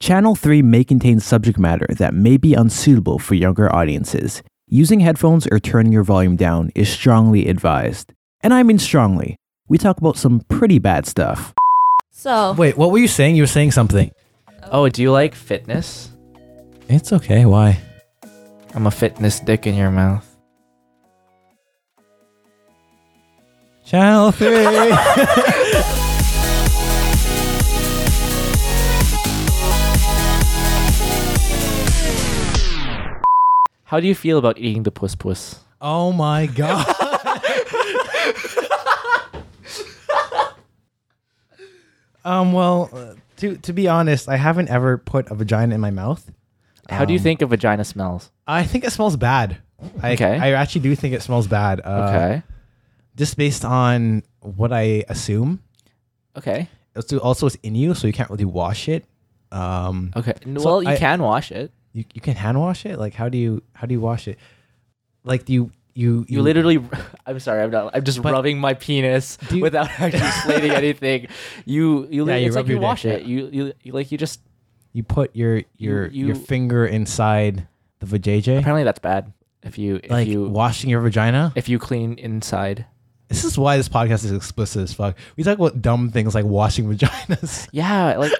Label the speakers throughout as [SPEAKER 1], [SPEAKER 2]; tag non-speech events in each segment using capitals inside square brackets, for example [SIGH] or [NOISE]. [SPEAKER 1] Channel 3 may contain subject matter that may be unsuitable for younger audiences. Using headphones or turning your volume down is strongly advised. And I mean strongly. We talk about some pretty bad stuff.
[SPEAKER 2] So
[SPEAKER 3] Wait, what were you saying? You were saying something.
[SPEAKER 4] Oh, do you like fitness?
[SPEAKER 3] It's okay. Why?
[SPEAKER 4] I'm a fitness dick in your mouth.
[SPEAKER 1] [LAUGHS]
[SPEAKER 3] Channel 3.
[SPEAKER 4] How do you feel about eating the puss puss?
[SPEAKER 3] oh my
[SPEAKER 1] [LAUGHS]
[SPEAKER 3] god. um well, uh, to to be honest, I haven't ever put a vagina in my mouth.
[SPEAKER 4] How do you
[SPEAKER 3] Um,
[SPEAKER 4] think a vagina smells?
[SPEAKER 3] I think it smells bad. I,
[SPEAKER 4] Okay.
[SPEAKER 3] I actually do think it smells bad. Uh,
[SPEAKER 4] Okay.
[SPEAKER 3] Just based on what I assume.
[SPEAKER 4] Okay.
[SPEAKER 3] It's also it's in you, so you can't really wash it. Um,
[SPEAKER 4] Okay. N-
[SPEAKER 3] so
[SPEAKER 4] well, you
[SPEAKER 3] I-
[SPEAKER 4] can wash it.
[SPEAKER 3] you, you can hand wash it. Like how do you how do you wash it? Like do you you
[SPEAKER 4] You literally. [LAUGHS] I'm sorry. I'm not. I'm just
[SPEAKER 3] But-
[SPEAKER 4] rubbing my penis
[SPEAKER 3] you-
[SPEAKER 4] without [LAUGHS] actually slating anything. You. You.
[SPEAKER 3] Yeah,
[SPEAKER 4] Yeah,
[SPEAKER 3] you
[SPEAKER 4] it's
[SPEAKER 3] rub
[SPEAKER 4] like you
[SPEAKER 3] your dick,
[SPEAKER 4] wash it.
[SPEAKER 3] yeah.
[SPEAKER 4] You, you. You. Like you just.
[SPEAKER 3] you put your your
[SPEAKER 4] you-
[SPEAKER 3] your finger inside the vajayjay,
[SPEAKER 4] Apparently that's bad. If you. If
[SPEAKER 3] like
[SPEAKER 4] you.
[SPEAKER 3] washing your vagina.
[SPEAKER 4] if you clean inside.
[SPEAKER 3] This is why this podcast is explicit as fuck. We talk about dumb things like washing
[SPEAKER 4] [LAUGHS]
[SPEAKER 3] vaginas.
[SPEAKER 4] Yeah. Like.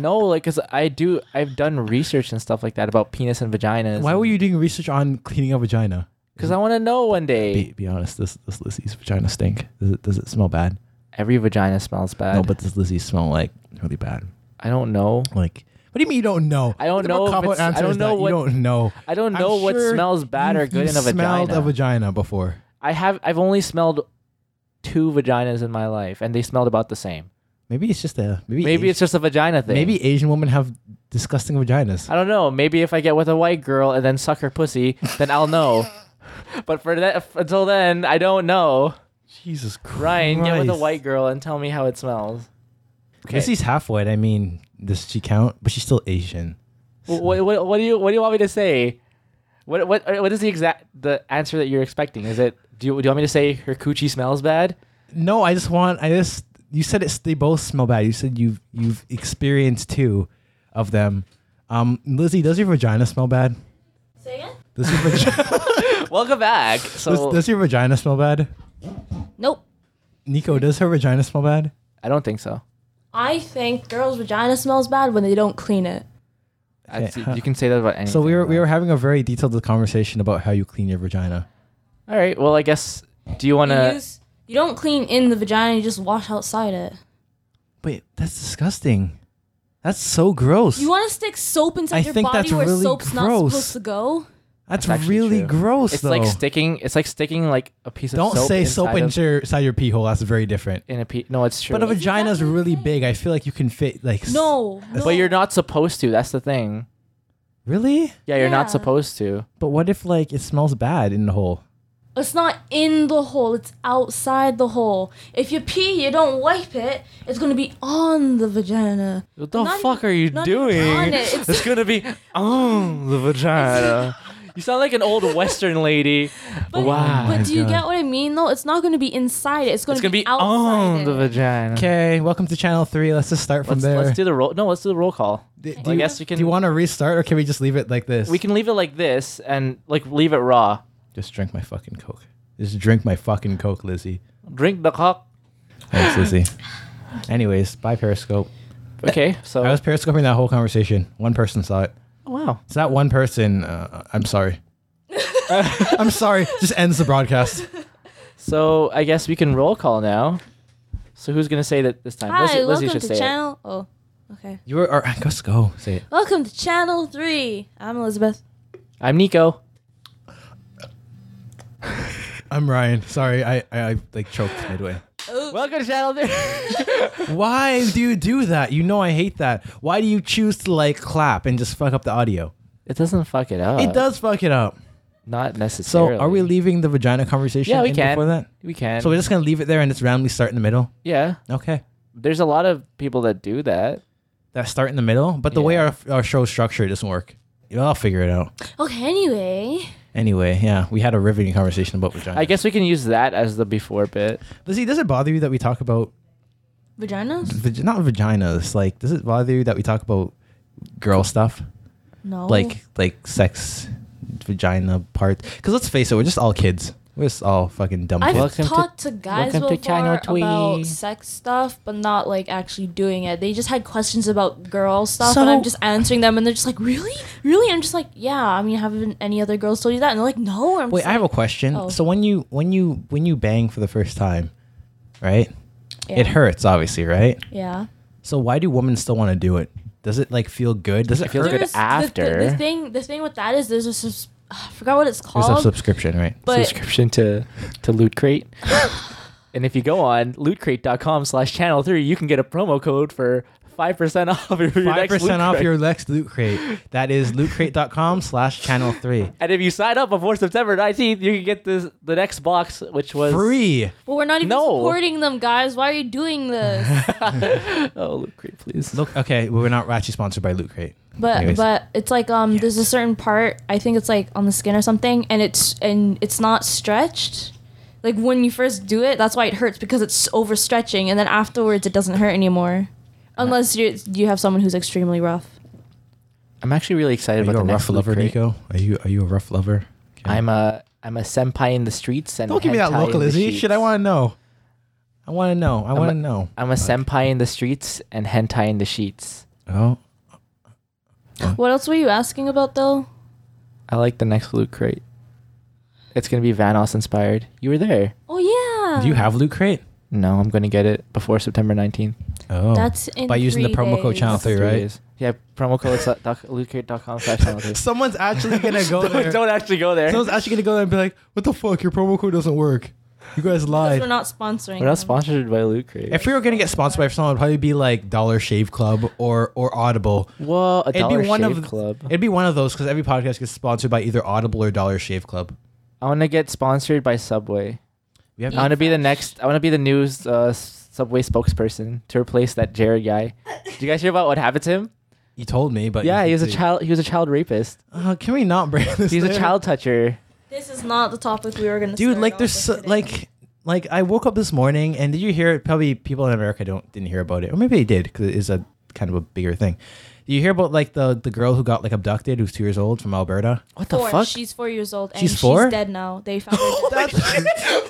[SPEAKER 4] no. Like, cause I do. I've done research and stuff like that about penis and vaginas.
[SPEAKER 3] why were you doing research on cleaning a vagina?
[SPEAKER 4] Because I want to know one day.
[SPEAKER 3] Be, be honest, this this Lizzie's vagina stink. Does it, does it smell bad?
[SPEAKER 4] Every vagina smells bad.
[SPEAKER 3] No, but does Lizzie smell like really bad?
[SPEAKER 4] I don't know.
[SPEAKER 3] Like, what do you mean you don't know?
[SPEAKER 4] I don't
[SPEAKER 3] What
[SPEAKER 4] know
[SPEAKER 3] the
[SPEAKER 4] if
[SPEAKER 3] cop-out
[SPEAKER 4] it's- I
[SPEAKER 3] answer
[SPEAKER 4] don't
[SPEAKER 3] is
[SPEAKER 4] know
[SPEAKER 3] that
[SPEAKER 4] what-
[SPEAKER 3] you don't know.
[SPEAKER 4] I don't
[SPEAKER 3] I'm
[SPEAKER 4] know what
[SPEAKER 3] sure
[SPEAKER 4] smells bad
[SPEAKER 3] you-
[SPEAKER 4] or good
[SPEAKER 3] you
[SPEAKER 4] in a
[SPEAKER 3] smelled
[SPEAKER 4] vagina.
[SPEAKER 3] a vagina before.
[SPEAKER 4] I have. I've only smelled two vaginas in my life, and they smelled about the same.
[SPEAKER 3] Maybe it's just a maybe.
[SPEAKER 4] Maybe
[SPEAKER 3] Asi-
[SPEAKER 4] it's just a vagina thing.
[SPEAKER 3] maybe Asian women have disgusting vaginas.
[SPEAKER 4] I don't know. Maybe if I get with a white girl and then suck her pussy, then I'll know.
[SPEAKER 3] [LAUGHS]
[SPEAKER 4] but for that, until then, I don't know.
[SPEAKER 3] Jesus Christ!
[SPEAKER 4] Ryan, get with a white girl and tell me how it smells.
[SPEAKER 3] Okay. Lizzie's half white. I mean, does she count? But she's still Asian.
[SPEAKER 4] What, what, what do you What do you want me to say? What what uh, what is the exact the answer that you're expecting? Is it do you, do you want me to say her coochie smells bad?
[SPEAKER 3] No, I just want. I just you said it's they both smell bad. You said you've you've experienced two of them. Um, Lizzie, does your vagina smell bad?
[SPEAKER 2] say again?
[SPEAKER 3] Does your,
[SPEAKER 4] [LAUGHS]
[SPEAKER 3] vagi-
[SPEAKER 4] Welcome back. So
[SPEAKER 3] does, does your vagina smell bad?
[SPEAKER 2] Nope.
[SPEAKER 3] Nico, does her vagina smell bad?
[SPEAKER 4] I don't think so.
[SPEAKER 2] I think girls' vagina smells bad when they don't clean it.
[SPEAKER 4] I-
[SPEAKER 3] Okay,
[SPEAKER 4] you can say that about anything.
[SPEAKER 3] So we were we
[SPEAKER 4] though.
[SPEAKER 3] were having a very detailed conversation about how you clean your vagina.
[SPEAKER 4] All right. Well, I guess. Do you want
[SPEAKER 2] You,
[SPEAKER 4] to?
[SPEAKER 2] use, you don't clean in the vagina, you just wash outside it.
[SPEAKER 3] Wait, that's disgusting. That's so gross.
[SPEAKER 2] You want to stick soap inside
[SPEAKER 3] I
[SPEAKER 2] your
[SPEAKER 3] think
[SPEAKER 2] body
[SPEAKER 3] that's
[SPEAKER 2] where
[SPEAKER 3] really
[SPEAKER 2] soap's not
[SPEAKER 3] gross.
[SPEAKER 2] supposed to go?
[SPEAKER 3] that's
[SPEAKER 4] That's actually
[SPEAKER 3] really
[SPEAKER 4] true.
[SPEAKER 3] gross.
[SPEAKER 4] It's
[SPEAKER 3] though.
[SPEAKER 4] like sticking. It's like sticking like a piece of
[SPEAKER 3] Don't
[SPEAKER 4] soap.
[SPEAKER 3] say soap
[SPEAKER 4] inside of-
[SPEAKER 3] into your, inside your pee hole. That's very different.
[SPEAKER 4] in a pe- No, it's true.
[SPEAKER 3] But a
[SPEAKER 4] But,
[SPEAKER 2] It's
[SPEAKER 3] vagina's
[SPEAKER 2] exactly the
[SPEAKER 3] really
[SPEAKER 2] same.
[SPEAKER 3] big. I feel like you can fit like. s-
[SPEAKER 2] No. no.
[SPEAKER 4] you're not supposed to. That's the thing.
[SPEAKER 3] Really?
[SPEAKER 4] Yeah, you're
[SPEAKER 2] Yeah.
[SPEAKER 4] not supposed to.
[SPEAKER 3] But what if like it smells bad in the hole?
[SPEAKER 2] It's not in the hole, it's outside the hole. If you pee, you don't wipe it, it's going to be on the vagina.
[SPEAKER 4] What the
[SPEAKER 2] Not
[SPEAKER 4] fuck
[SPEAKER 2] even-
[SPEAKER 4] are you
[SPEAKER 2] not even
[SPEAKER 4] doing?
[SPEAKER 2] on it, it's-
[SPEAKER 4] gonna be on the vagina. you sound like an old Western lady.
[SPEAKER 2] But,
[SPEAKER 4] wow.
[SPEAKER 2] but
[SPEAKER 3] my
[SPEAKER 2] do you
[SPEAKER 3] God.
[SPEAKER 2] get what I mean though? It's not going to be inside it. It's going
[SPEAKER 4] it's
[SPEAKER 2] to
[SPEAKER 4] gonna be
[SPEAKER 2] outside
[SPEAKER 4] on
[SPEAKER 2] it.
[SPEAKER 4] the vagina.
[SPEAKER 3] Okay, welcome to channel three. Let's just start from
[SPEAKER 4] Let's,
[SPEAKER 3] there.
[SPEAKER 4] let's do the roll. No, let's do the roll call.
[SPEAKER 3] D- do
[SPEAKER 4] I
[SPEAKER 3] you-
[SPEAKER 4] guess we can.
[SPEAKER 3] Do you want to restart or can we just leave it like this?
[SPEAKER 4] we can leave it like this and like leave it raw.
[SPEAKER 3] just drink my fucking coke. Just drink my fucking coke, Lizzie.
[SPEAKER 4] Drink the cock.
[SPEAKER 3] Thanks, Lizzie.
[SPEAKER 4] [LAUGHS]
[SPEAKER 3] Anyways, bye Periscope.
[SPEAKER 4] Okay, so
[SPEAKER 3] I was periscoping that whole conversation. One person saw it.
[SPEAKER 4] wow.
[SPEAKER 3] It's that one person. Uh, I'm
[SPEAKER 4] [LAUGHS]
[SPEAKER 3] sorry. I'm sorry. Just ends the broadcast.
[SPEAKER 4] So I guess we can roll call now. So who's gonna say that this time?
[SPEAKER 2] Hi,
[SPEAKER 4] Lizzie, Lizzie
[SPEAKER 2] welcome
[SPEAKER 4] should
[SPEAKER 2] to
[SPEAKER 4] say it.
[SPEAKER 2] channel. Oh, okay.
[SPEAKER 3] You were. Or, let's go. Say it.
[SPEAKER 2] Welcome to channel three. I'm Elizabeth.
[SPEAKER 4] I'm Nico.
[SPEAKER 3] I'm Ryan. Sorry, I, I, I like choked midway.
[SPEAKER 4] Welcome to channel.
[SPEAKER 3] Why do you do that? You know I hate that. Why do you choose to like clap and just fuck up the audio?
[SPEAKER 4] it doesn't fuck it up.
[SPEAKER 3] It does fuck it up.
[SPEAKER 4] Not
[SPEAKER 3] So
[SPEAKER 4] necessarily.
[SPEAKER 3] are we leaving the vagina conversation?
[SPEAKER 4] Yeah, we
[SPEAKER 3] in
[SPEAKER 4] can.
[SPEAKER 3] Before that,
[SPEAKER 4] We can.
[SPEAKER 3] so we're just gonna leave it there and just randomly start in the middle.
[SPEAKER 4] yeah.
[SPEAKER 3] Okay,
[SPEAKER 4] There's a lot of people that do that.
[SPEAKER 3] that start in the middle. But the way
[SPEAKER 4] Yeah.
[SPEAKER 3] our our show structure doesn't work. Yeah, I'll figure it out.
[SPEAKER 2] Okay. Anyway,
[SPEAKER 3] Anyway, yeah, we had a riveting conversation about vagina.
[SPEAKER 4] I guess we can use that as the before bit.
[SPEAKER 3] Lizzie, does it bother you that we talk about
[SPEAKER 2] vaginas.
[SPEAKER 3] vag- not vaginas? Like, does it bother you that we talk about girl stuff,
[SPEAKER 2] No.
[SPEAKER 3] like like sex, vagina part. Because let's face it, we're just all kids. We're just all fucking dumb
[SPEAKER 2] I've
[SPEAKER 3] kids.
[SPEAKER 4] Welcome to-
[SPEAKER 2] talked to, guys
[SPEAKER 4] welcome to
[SPEAKER 2] before
[SPEAKER 4] Channel Twee.
[SPEAKER 2] about sex stuff, but not like actually doing it. They just had questions about girl stuff,
[SPEAKER 1] So-
[SPEAKER 2] and I'm just answering them, and they're just like, "Really, really?" And I'm just like, "Yeah." I mean, haven't any other girls told you that? And they're like, "No." And I'm
[SPEAKER 3] Wait,
[SPEAKER 2] just
[SPEAKER 3] I have a
[SPEAKER 2] like,
[SPEAKER 3] question.
[SPEAKER 2] Oh.
[SPEAKER 3] So when you when you when you bang for the first time, right?
[SPEAKER 2] yeah.
[SPEAKER 3] It hurts, obviously, right?
[SPEAKER 2] Yeah.
[SPEAKER 3] So why do women still want to do it? Does it like feel good? Does it
[SPEAKER 4] It feels
[SPEAKER 3] hurt?
[SPEAKER 4] good
[SPEAKER 2] There's- the thi- The,
[SPEAKER 4] after.
[SPEAKER 2] thing, the thing with that is there's a subs- I forgot what it's
[SPEAKER 3] There's a [LAUGHS]
[SPEAKER 2] called,
[SPEAKER 3] subscription, right?
[SPEAKER 2] but
[SPEAKER 4] subscription to to Loot Crate. [LAUGHS] and if you go on lootcrate.com slash channel three, you can get a promo code for five percent off your
[SPEAKER 3] Five
[SPEAKER 4] next Loot
[SPEAKER 3] percent off
[SPEAKER 4] Crate.
[SPEAKER 3] your next loot crate. That is lootcrate.com slash channel three.
[SPEAKER 4] And if you sign up before September nineteenth, you can get this the next box, which was
[SPEAKER 3] Free.
[SPEAKER 2] but we're not even
[SPEAKER 4] No.
[SPEAKER 2] supporting them, guys. Why are you doing this?
[SPEAKER 4] [LAUGHS] Oh, Loot Crate, please.
[SPEAKER 3] Look, okay, we're not actually sponsored by Loot Crate.
[SPEAKER 2] But
[SPEAKER 3] Anyways.
[SPEAKER 2] but it's like um there's a certain part I think it's like on the skin or something and it's and it's not stretched. Like when you first do it, that's why it hurts because it's overstretching and then afterwards it doesn't hurt anymore. Unless you you have someone who's extremely rough.
[SPEAKER 4] I'm actually really excited
[SPEAKER 3] Are you
[SPEAKER 4] about
[SPEAKER 3] a
[SPEAKER 4] the next
[SPEAKER 3] rough
[SPEAKER 4] Loot
[SPEAKER 3] lover,
[SPEAKER 4] Crate.
[SPEAKER 3] Nico? Are you are you a rough lover? Okay.
[SPEAKER 4] I'm a I'm a senpai in the streets and
[SPEAKER 3] Don't give me that
[SPEAKER 4] hentai in
[SPEAKER 3] look,
[SPEAKER 4] the
[SPEAKER 3] Lizzie.
[SPEAKER 4] sheets.
[SPEAKER 3] Shit, I want to know. I want to know. I want to know.
[SPEAKER 4] I'm a senpai in the streets and hentai in the sheets.
[SPEAKER 3] Oh,
[SPEAKER 2] What else were you asking about though?
[SPEAKER 4] I like the next Loot Crate. It's gonna be Vanoss inspired. You were there.
[SPEAKER 2] Oh yeah.
[SPEAKER 3] do you have Loot Crate?
[SPEAKER 4] No, I'm gonna get it before September 19th.
[SPEAKER 3] Oh,
[SPEAKER 2] That's in
[SPEAKER 3] by using the
[SPEAKER 2] three
[SPEAKER 3] promo code
[SPEAKER 2] days.
[SPEAKER 3] Channel Three,
[SPEAKER 4] Three
[SPEAKER 3] right?
[SPEAKER 4] days. Yeah, promo code is doc- lootcrate.com slash channel
[SPEAKER 3] [LAUGHS]
[SPEAKER 4] three.
[SPEAKER 3] Someone's actually gonna [LAUGHS] go
[SPEAKER 4] [LAUGHS] don't, don't actually go there.
[SPEAKER 3] Someone's actually gonna go there and be like, "What the fuck? Your promo code doesn't work. You guys
[SPEAKER 2] Because
[SPEAKER 3] lied."
[SPEAKER 2] we're not sponsoring.
[SPEAKER 4] We're not
[SPEAKER 2] them.
[SPEAKER 4] sponsored by Loot Crate.
[SPEAKER 3] if we were gonna get sponsored by someone, it'd probably be like Dollar Shave Club or or Audible.
[SPEAKER 4] Whoa, a
[SPEAKER 3] It'd
[SPEAKER 4] dollar
[SPEAKER 3] be one
[SPEAKER 4] shave
[SPEAKER 3] of
[SPEAKER 4] club.
[SPEAKER 3] it'd be one of those because every podcast gets sponsored by either Audible or Dollar Shave Club.
[SPEAKER 4] I want to get sponsored by Subway.
[SPEAKER 3] We have
[SPEAKER 4] I want to be the next. I want to be the new uh, Subway spokesperson to replace that Jared guy. Did you guys hear about what happened to him?
[SPEAKER 3] you told me, but
[SPEAKER 4] Yeah, he was a
[SPEAKER 3] Dude.
[SPEAKER 4] child. He was a child rapist.
[SPEAKER 3] Uh, can we not bring this?
[SPEAKER 4] He's a
[SPEAKER 3] there?
[SPEAKER 4] child toucher.
[SPEAKER 2] This is not the topic we were gonna
[SPEAKER 3] dude.
[SPEAKER 2] start
[SPEAKER 3] Like
[SPEAKER 2] off
[SPEAKER 3] there's
[SPEAKER 2] with
[SPEAKER 3] so,
[SPEAKER 2] today.
[SPEAKER 3] like like I woke up this morning and did you hear it? Probably people in America don't didn't hear about it, or maybe they did because it is a kind of a bigger thing. Did you hear about like the the girl who got like abducted, who's two years old from Alberta?
[SPEAKER 4] What the
[SPEAKER 2] four.
[SPEAKER 4] fuck?
[SPEAKER 2] She's four years old and
[SPEAKER 3] She's
[SPEAKER 2] she's,
[SPEAKER 3] four?
[SPEAKER 2] dead now.
[SPEAKER 3] [LAUGHS]
[SPEAKER 2] They found her dead.
[SPEAKER 3] That's,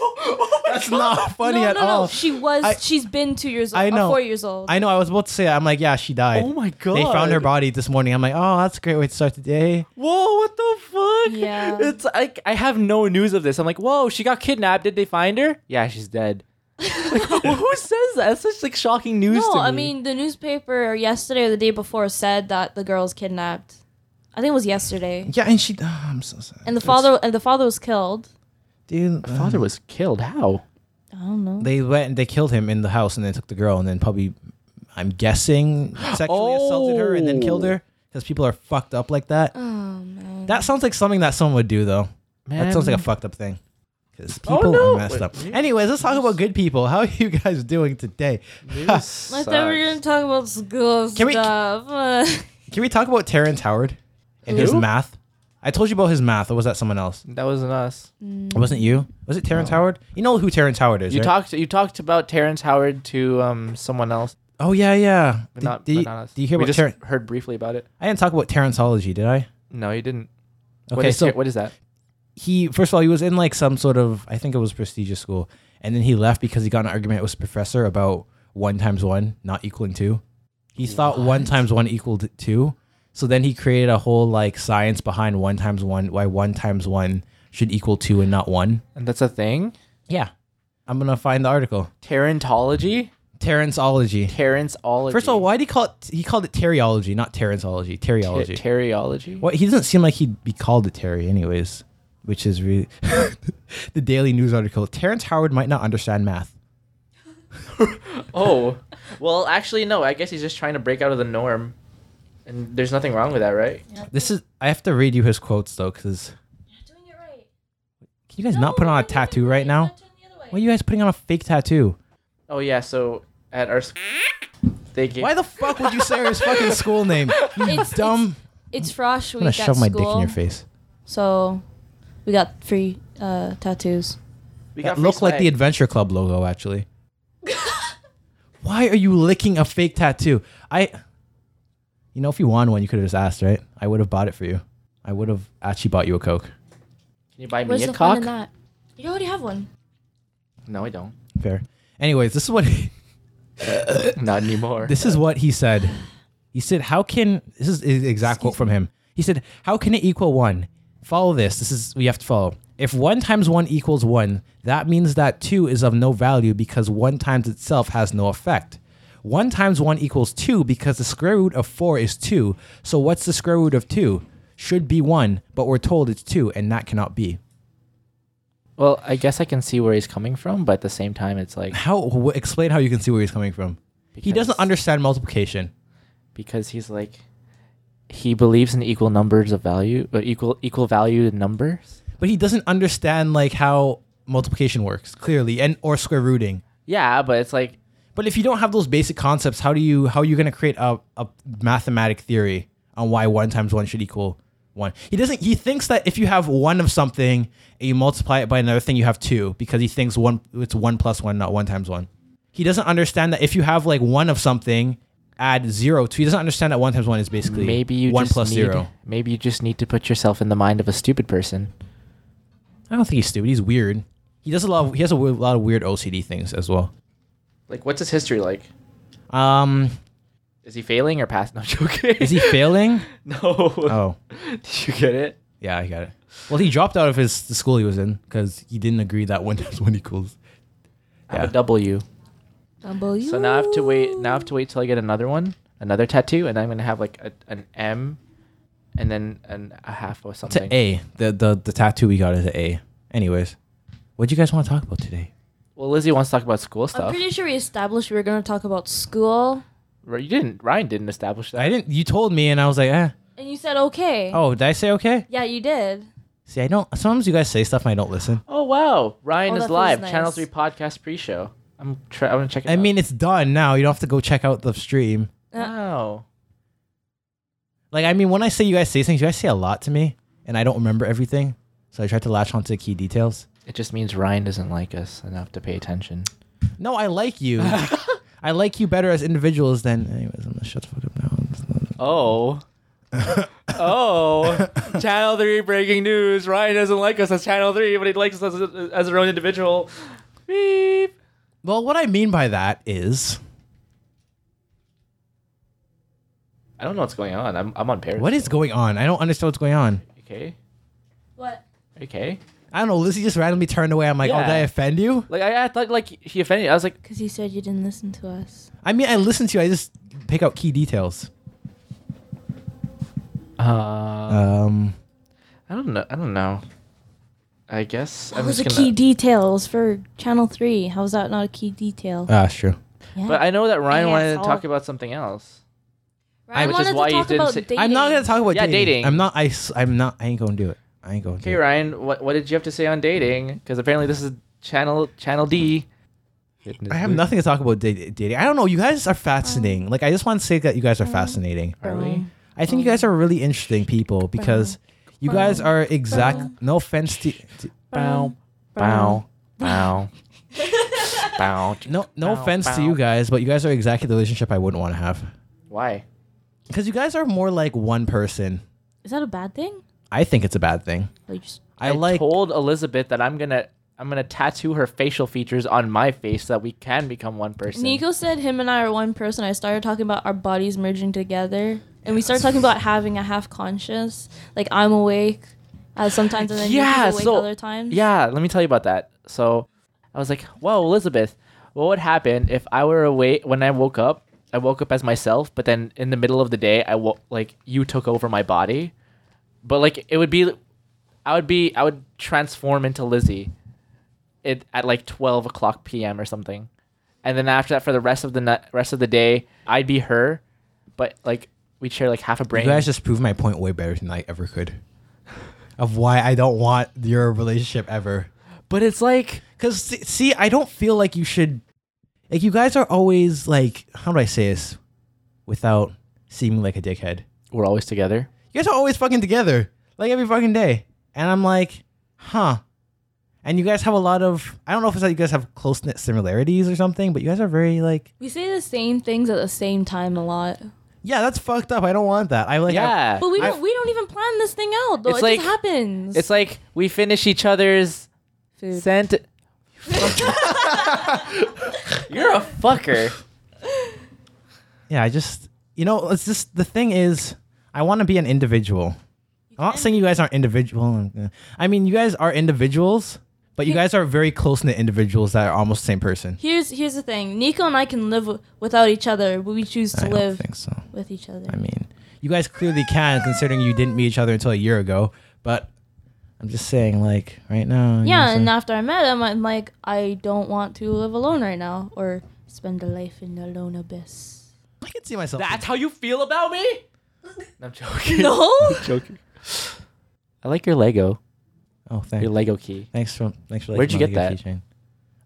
[SPEAKER 3] that's not funny
[SPEAKER 2] no,
[SPEAKER 3] at
[SPEAKER 2] no,
[SPEAKER 3] all.
[SPEAKER 2] No, she was.
[SPEAKER 3] I-
[SPEAKER 2] she's been two years old.
[SPEAKER 3] I know.
[SPEAKER 2] Uh, four years old.
[SPEAKER 3] I know. I was about to say. I'm like, yeah, she died.
[SPEAKER 4] Oh my
[SPEAKER 3] They found her
[SPEAKER 4] God.
[SPEAKER 3] body this morning. I'm like, oh, that's a great way to start the day.
[SPEAKER 4] whoa, what the fuck?
[SPEAKER 2] Yeah.
[SPEAKER 4] It's like I have no news of this. I'm like, whoa, she got kidnapped. Did they find her? Yeah, she's dead.
[SPEAKER 2] [LAUGHS]
[SPEAKER 4] like, who says that? It's such like shocking news
[SPEAKER 2] no,
[SPEAKER 4] to me.
[SPEAKER 2] I mean the newspaper yesterday or the day before said that the girl's kidnapped. I think it was yesterday.
[SPEAKER 3] Yeah, and she. oh, I'm so sad.
[SPEAKER 2] And the father and the father was killed.
[SPEAKER 3] dude,
[SPEAKER 4] The father was killed. How?
[SPEAKER 2] I don't know.
[SPEAKER 3] They went and they killed him in the house, and then took the girl, and then probably, I'm guessing, sexually assaulted her and then killed
[SPEAKER 4] Oh.
[SPEAKER 3] her because people are fucked up like that.
[SPEAKER 2] oh man.
[SPEAKER 3] That sounds like something that someone would do, though. That sounds like a
[SPEAKER 4] [LAUGHS] Man.
[SPEAKER 3] fucked up thing. Because
[SPEAKER 4] Oh,
[SPEAKER 3] people
[SPEAKER 4] no.
[SPEAKER 3] are messed up.
[SPEAKER 4] Wait,
[SPEAKER 3] Anyways, let's talk about good people. How are you guys doing today? [LAUGHS]
[SPEAKER 4] News
[SPEAKER 2] I thought we were gonna
[SPEAKER 4] sucks.
[SPEAKER 2] talk about school
[SPEAKER 3] Can we-
[SPEAKER 2] stuff. [LAUGHS]
[SPEAKER 3] Can we talk about Terrence Howard and his
[SPEAKER 4] Who?
[SPEAKER 3] math? I told you about his math, or was that someone else?
[SPEAKER 4] That wasn't us.
[SPEAKER 3] It wasn't you. Was it Terrence Howard? You know who Terrence Howard is,
[SPEAKER 4] You
[SPEAKER 3] right?
[SPEAKER 4] talked. You talked about Terrence Howard to um someone else,
[SPEAKER 3] Oh yeah, yeah.
[SPEAKER 4] but
[SPEAKER 3] Did-
[SPEAKER 4] not,
[SPEAKER 3] did,
[SPEAKER 4] but not us.
[SPEAKER 3] did you hear
[SPEAKER 4] we
[SPEAKER 3] about
[SPEAKER 4] just
[SPEAKER 3] Terrence?
[SPEAKER 4] heard briefly about it?
[SPEAKER 3] I didn't talk about Terrenceology, did I?
[SPEAKER 4] No, you didn't. what
[SPEAKER 3] Okay,
[SPEAKER 4] is
[SPEAKER 3] so-
[SPEAKER 4] Ter- what is that?
[SPEAKER 3] He first of all, he was in like some sort of I think it was prestigious school, and then he left because he got in an argument with his professor about one times one not equaling two. He thought one times one equaled two, so then he created a whole like science behind one times one why one times one should equal two and not one.
[SPEAKER 4] And that's a thing.
[SPEAKER 3] Yeah, I'm gonna find the article.
[SPEAKER 4] Terrentology.
[SPEAKER 3] Terrenceology.
[SPEAKER 4] Terrenceology.
[SPEAKER 3] First of all, why did he call it? He called it teriology, not Terrenceology.
[SPEAKER 4] Ter-
[SPEAKER 3] Teriology.
[SPEAKER 4] Teriology.
[SPEAKER 3] Well, he doesn't seem like he'd be called a Terry, anyways, which is really [LAUGHS] the Daily News article. Terrence Howard might not understand math.
[SPEAKER 4] Oh, [LAUGHS] well, actually, no. I guess he's just trying to break out of the norm, and there's nothing wrong with that, right?
[SPEAKER 3] This is. I have to read you his quotes though, because
[SPEAKER 2] Doing it right.
[SPEAKER 3] can you guys not put on a tattoo right now? Why are you guys putting on a fake tattoo?
[SPEAKER 4] Oh yeah. So at our, sc- they gave.
[SPEAKER 3] Why the fuck would you say his fucking school name? You
[SPEAKER 2] It's-
[SPEAKER 3] dumb.
[SPEAKER 2] It's Frosh
[SPEAKER 3] I'm
[SPEAKER 2] Week
[SPEAKER 3] gonna
[SPEAKER 2] at
[SPEAKER 3] shove my dick in
[SPEAKER 2] school,
[SPEAKER 3] your face.
[SPEAKER 2] So we got free uh, tattoos.
[SPEAKER 4] we
[SPEAKER 3] That
[SPEAKER 4] free
[SPEAKER 3] looked like the
[SPEAKER 4] swag.
[SPEAKER 3] Adventure Club logo, actually. Why are you licking a fake tattoo? I. You know, if you wanted one, you could have just asked, right? I would have bought it for you. I would have actually bought you a Coke.
[SPEAKER 4] Can you buy me
[SPEAKER 2] Where's
[SPEAKER 4] a
[SPEAKER 2] the fun in
[SPEAKER 4] cock?
[SPEAKER 2] that? You already have one.
[SPEAKER 4] No, I don't. [LAUGHS]
[SPEAKER 3] Fair. Anyways, this is what [LAUGHS]
[SPEAKER 4] Not anymore.
[SPEAKER 3] this is what he said. He said, "How can this is the exact quote from him? He said, "How can it equal one? Follow this. This is we have to follow. If one times one equals one, that means that two is of no value because one times itself has no effect. One times one equals two because the square root of four is two. So what's the square root of two? Should be one, but we're told it's two, and that cannot be.
[SPEAKER 4] well, I guess I can see where he's coming from, but at the same time, it's like
[SPEAKER 3] How w- explain how you can see where he's coming from? [SIGHS] he doesn't
[SPEAKER 4] Because-
[SPEAKER 3] understand multiplication.
[SPEAKER 4] because he's like he believes in equal numbers of value, uh, equal equal value in numbers.
[SPEAKER 3] but he doesn't understand like how multiplication works clearly and or square rooting
[SPEAKER 4] Yeah, but it's like
[SPEAKER 3] but if you don't have those basic concepts how do you how are you going to create a, a mathematic theory on why one times one should equal one he doesn't he thinks that if you have one of something and you multiply it by another thing you have two because he thinks one it's one plus one not one times one he doesn't understand that if you have like one of something add zero to he doesn't understand that one times one is basically
[SPEAKER 4] maybe you
[SPEAKER 3] one
[SPEAKER 4] just
[SPEAKER 3] plus
[SPEAKER 4] need,
[SPEAKER 3] zero
[SPEAKER 4] Maybe you just need to put yourself in the mind of a stupid person.
[SPEAKER 3] i don't think he's stupid he's weird he does a lot of, he has a w- lot of weird ocd things as well
[SPEAKER 4] Like, what's his history like?
[SPEAKER 3] Um,
[SPEAKER 4] Is he failing or passing? [LAUGHS] No, I'm joking.
[SPEAKER 3] is he failing?
[SPEAKER 4] no.
[SPEAKER 3] [LAUGHS] oh,
[SPEAKER 4] Did you get it?
[SPEAKER 3] yeah, I got it. Well, he dropped out of his the school he was in because he didn't agree that one [LAUGHS] times one equals.
[SPEAKER 4] I have
[SPEAKER 3] Yeah.
[SPEAKER 4] a W.
[SPEAKER 2] Double
[SPEAKER 4] So now I have to wait. Now I have to wait till I get another one, another tattoo, and I'm gonna have like a, an M, and then an, a half or
[SPEAKER 3] It's an
[SPEAKER 4] something.
[SPEAKER 3] A. The the the tattoo we got is an A. Anyways, what do you guys want to talk about today?
[SPEAKER 4] Well, Lizzie wants to talk about
[SPEAKER 2] I'm
[SPEAKER 4] school stuff.
[SPEAKER 2] pretty sure we established we were going to talk about school,
[SPEAKER 4] Ri- You didn't. Ryan didn't establish that.
[SPEAKER 3] I didn't. You told me, and I was like, eh.
[SPEAKER 2] and you said okay.
[SPEAKER 3] Oh, did I say okay?
[SPEAKER 2] Yeah, you did.
[SPEAKER 3] See, I don't. Sometimes you guys say stuff and I don't listen.
[SPEAKER 4] Oh wow, Ryan
[SPEAKER 2] Oh, that
[SPEAKER 4] is
[SPEAKER 2] feels
[SPEAKER 4] live.
[SPEAKER 2] nice.
[SPEAKER 4] Channel Three podcast pre-show. I'm. Try- I'm gonna check
[SPEAKER 3] I
[SPEAKER 4] it. out.
[SPEAKER 3] mean, it's done now. You don't have to go check out the stream.
[SPEAKER 2] Uh,
[SPEAKER 4] wow.
[SPEAKER 3] Like, I mean, when I say you guys say things, you guys say a lot to me, and I don't remember everything. So I tried to latch onto the key details.
[SPEAKER 4] It just means Ryan doesn't like us enough to pay attention.
[SPEAKER 3] No, I like
[SPEAKER 4] [LAUGHS]
[SPEAKER 3] you. I like you better as individuals than. Anyways, I'm gonna shut the fuck up now. It's not- [LAUGHS]
[SPEAKER 4] Oh. oh. Channel 3 breaking news. Ryan doesn't like us as Channel 3, but he likes us as, as our own individual. Beep.
[SPEAKER 3] Well, what I mean by that is,
[SPEAKER 4] I don't know what's going on. I'm, I'm on Paris.
[SPEAKER 3] what is going on? I don't understand what's going on.
[SPEAKER 4] Okay.
[SPEAKER 2] What?
[SPEAKER 4] Okay.
[SPEAKER 3] I don't know. Lizzie just randomly turned away. I'm like, oh,
[SPEAKER 4] Yeah.
[SPEAKER 3] did I offend you?
[SPEAKER 4] Like, I, I thought, like, he offended. I was like,
[SPEAKER 2] Because you said you didn't listen to us.
[SPEAKER 3] I mean, I listen to you. I just pick out key details.
[SPEAKER 4] uh,
[SPEAKER 3] Um,
[SPEAKER 4] I don't know. I don't know. I guess
[SPEAKER 2] That
[SPEAKER 4] I'm
[SPEAKER 2] was a
[SPEAKER 4] just
[SPEAKER 2] key
[SPEAKER 4] gonna.
[SPEAKER 2] details for Channel 3. How's that not a key detail?
[SPEAKER 3] ah, sure.
[SPEAKER 2] yeah.
[SPEAKER 4] But I know that Ryan
[SPEAKER 2] Yeah,
[SPEAKER 4] wanted
[SPEAKER 2] it's
[SPEAKER 4] to
[SPEAKER 2] all-
[SPEAKER 4] talk about something else.
[SPEAKER 2] Ryan
[SPEAKER 4] Which is
[SPEAKER 2] wanted to
[SPEAKER 4] why you
[SPEAKER 2] talk
[SPEAKER 4] didn't
[SPEAKER 2] about
[SPEAKER 4] say-
[SPEAKER 2] dating.
[SPEAKER 3] I'm not gonna talk about
[SPEAKER 4] Yeah,
[SPEAKER 3] dating.
[SPEAKER 4] dating.
[SPEAKER 3] I'm not. I. am not. I ain't gonna do it. I ain't gonna.
[SPEAKER 4] Okay,
[SPEAKER 3] do it.
[SPEAKER 4] Ryan, what, what did you have to say on dating? Because apparently this is Channel Channel D.
[SPEAKER 3] I have nothing to talk about da- dating. I don't know. You guys are fascinating. like, I just want to say that you guys are
[SPEAKER 4] Mm.
[SPEAKER 3] fascinating.
[SPEAKER 4] Are we?
[SPEAKER 3] I think you guys are really interesting people because you guys are exact. No offense to, to
[SPEAKER 4] Bow, bow, bow, bow.
[SPEAKER 3] no no
[SPEAKER 4] Bow,
[SPEAKER 3] offense to
[SPEAKER 4] bow.
[SPEAKER 3] you guys, but you guys are exactly the relationship I wouldn't want to have
[SPEAKER 4] Why?
[SPEAKER 3] because you guys are more like one person.
[SPEAKER 2] Is that a bad thing?
[SPEAKER 3] I think it's a bad thing.
[SPEAKER 2] Or you just
[SPEAKER 3] I, like
[SPEAKER 4] told Elizabeth that I'm gonna I'm gonna tattoo her facial features on my face so that we can become one person.
[SPEAKER 2] Nico said him and I are one person. I started talking about our bodies merging together, and we started talking about having a half conscious, like I'm awake, uh, sometimes and then
[SPEAKER 4] yeah,
[SPEAKER 2] you're awake
[SPEAKER 4] so
[SPEAKER 2] other times.
[SPEAKER 4] yeah, let me tell you about that. So I was like, "Whoa, Elizabeth, what would happen if I were awake when I woke up? I woke up as myself, but then in the middle of the day, I woke like you took over my body, but like it would be, I would be, I would transform into Lizzie, it at like twelve o'clock p.m. or something, and then after that, for the rest of the night, rest of the day, I'd be her, but like we'd share like half a brain.
[SPEAKER 3] you guys just proved my point way better than I ever could [LAUGHS] of why I don't want your relationship ever.
[SPEAKER 4] but it's like
[SPEAKER 3] Because see, I don't feel like you should. Like you guys are always like, how do I say this, without seeming like a dickhead.
[SPEAKER 4] we're always together.
[SPEAKER 3] you guys are always fucking together like every fucking day and i'm like huh and you guys have a lot of i don't know if it's like you guys have close-knit similarities or something but you guys are very like
[SPEAKER 2] we say the same things at the same time a lot.
[SPEAKER 3] Yeah, that's fucked up. I don't want that. I like. I-
[SPEAKER 4] yeah.
[SPEAKER 2] But we
[SPEAKER 4] I-
[SPEAKER 2] don't, we don't even plan this thing out though.
[SPEAKER 4] It's
[SPEAKER 2] it
[SPEAKER 4] like-
[SPEAKER 2] just happens.
[SPEAKER 4] it's like we finish each other's
[SPEAKER 2] Food.
[SPEAKER 4] [LAUGHS] scent. You're a fucker.
[SPEAKER 3] yeah, I just you know it's just the thing is I want to be an individual. I'm not saying you guys aren't individual. uh, I mean, you guys are individuals, but you guys are very close knit individuals that are almost the same person.
[SPEAKER 2] here's here's the thing. Nico and I can live w- without each other, but we choose to
[SPEAKER 3] I don't
[SPEAKER 2] live
[SPEAKER 3] think so.
[SPEAKER 2] with each other.
[SPEAKER 3] I mean, you guys clearly can, considering you didn't meet each other until a year ago. But I'm just saying, like right now. you know what
[SPEAKER 2] yeah,
[SPEAKER 3] I'm
[SPEAKER 2] and
[SPEAKER 3] saying?
[SPEAKER 2] after I met him, I'm like, I don't want to live alone right now or spend a life in the
[SPEAKER 3] [LAUGHS]
[SPEAKER 2] lone abyss.
[SPEAKER 3] I can see myself.
[SPEAKER 4] That's how you feel about me? I'm joking.
[SPEAKER 2] No,
[SPEAKER 4] joking. I like your Lego.
[SPEAKER 3] oh, thanks.
[SPEAKER 4] Your Lego key.
[SPEAKER 3] Thanks for thanks for.
[SPEAKER 4] Where'd
[SPEAKER 3] liking
[SPEAKER 4] you
[SPEAKER 3] my
[SPEAKER 4] get
[SPEAKER 3] Lego keychain.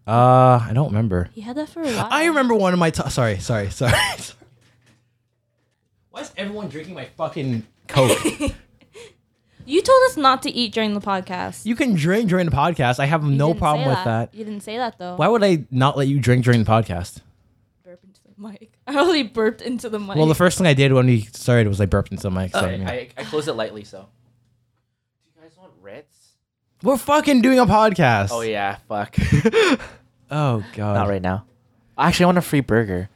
[SPEAKER 3] Uh, I don't remember.
[SPEAKER 2] he had that for a while.
[SPEAKER 3] I remember one of my. T- sorry, sorry, [LAUGHS] sorry. sorry. Why is everyone drinking my fucking coke?
[SPEAKER 2] You told us not to eat during the
[SPEAKER 3] [LAUGHS]
[SPEAKER 2] podcast.
[SPEAKER 3] you can drink during the podcast. I have
[SPEAKER 2] You
[SPEAKER 3] no
[SPEAKER 2] didn't
[SPEAKER 3] problem
[SPEAKER 2] say
[SPEAKER 3] with that.
[SPEAKER 2] You didn't say that though.
[SPEAKER 3] Why would I not let you drink during the podcast?
[SPEAKER 2] Burp into the mic. [LAUGHS] I only burped into the mic.
[SPEAKER 3] Well, the first thing I did when we started was I burped into my.
[SPEAKER 4] I,
[SPEAKER 3] excitement.
[SPEAKER 4] Uh, Oh, I, I close it lightly, so. Do you guys want Ritz?
[SPEAKER 3] We're fucking doing a podcast.
[SPEAKER 4] Oh, yeah,
[SPEAKER 3] [LAUGHS]
[SPEAKER 4] fuck.
[SPEAKER 3] Oh god.
[SPEAKER 4] Not right now. Actually, I want a free burger.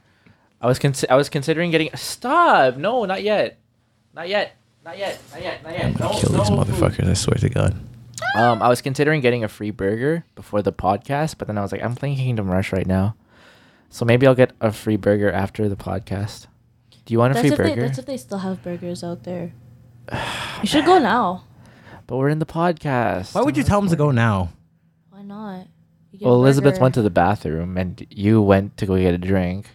[SPEAKER 4] I was con- I was considering getting. Stop! No, not yet. Not yet. Not yet. Not yet. Not yet.
[SPEAKER 3] I'm gonna
[SPEAKER 4] No,
[SPEAKER 3] kill
[SPEAKER 4] no
[SPEAKER 3] these
[SPEAKER 4] food.
[SPEAKER 3] motherfuckers. I swear to God.
[SPEAKER 4] Um, I was considering getting a free burger before the podcast, but then I was like, I'm playing Kingdom Rush right now, so maybe I'll get a free burger after the podcast. Do you want a
[SPEAKER 2] that's
[SPEAKER 4] free
[SPEAKER 2] if they,
[SPEAKER 4] burger?
[SPEAKER 2] that's if they still have burgers out
[SPEAKER 3] [SIGHS]
[SPEAKER 2] there. you should go now.
[SPEAKER 4] but we're in the podcast.
[SPEAKER 3] Why would you tell them to go now?
[SPEAKER 2] Why not? You get
[SPEAKER 4] Well,
[SPEAKER 2] a
[SPEAKER 4] Elizabeth
[SPEAKER 2] burger.
[SPEAKER 4] went to the bathroom, and you went to go get a drink.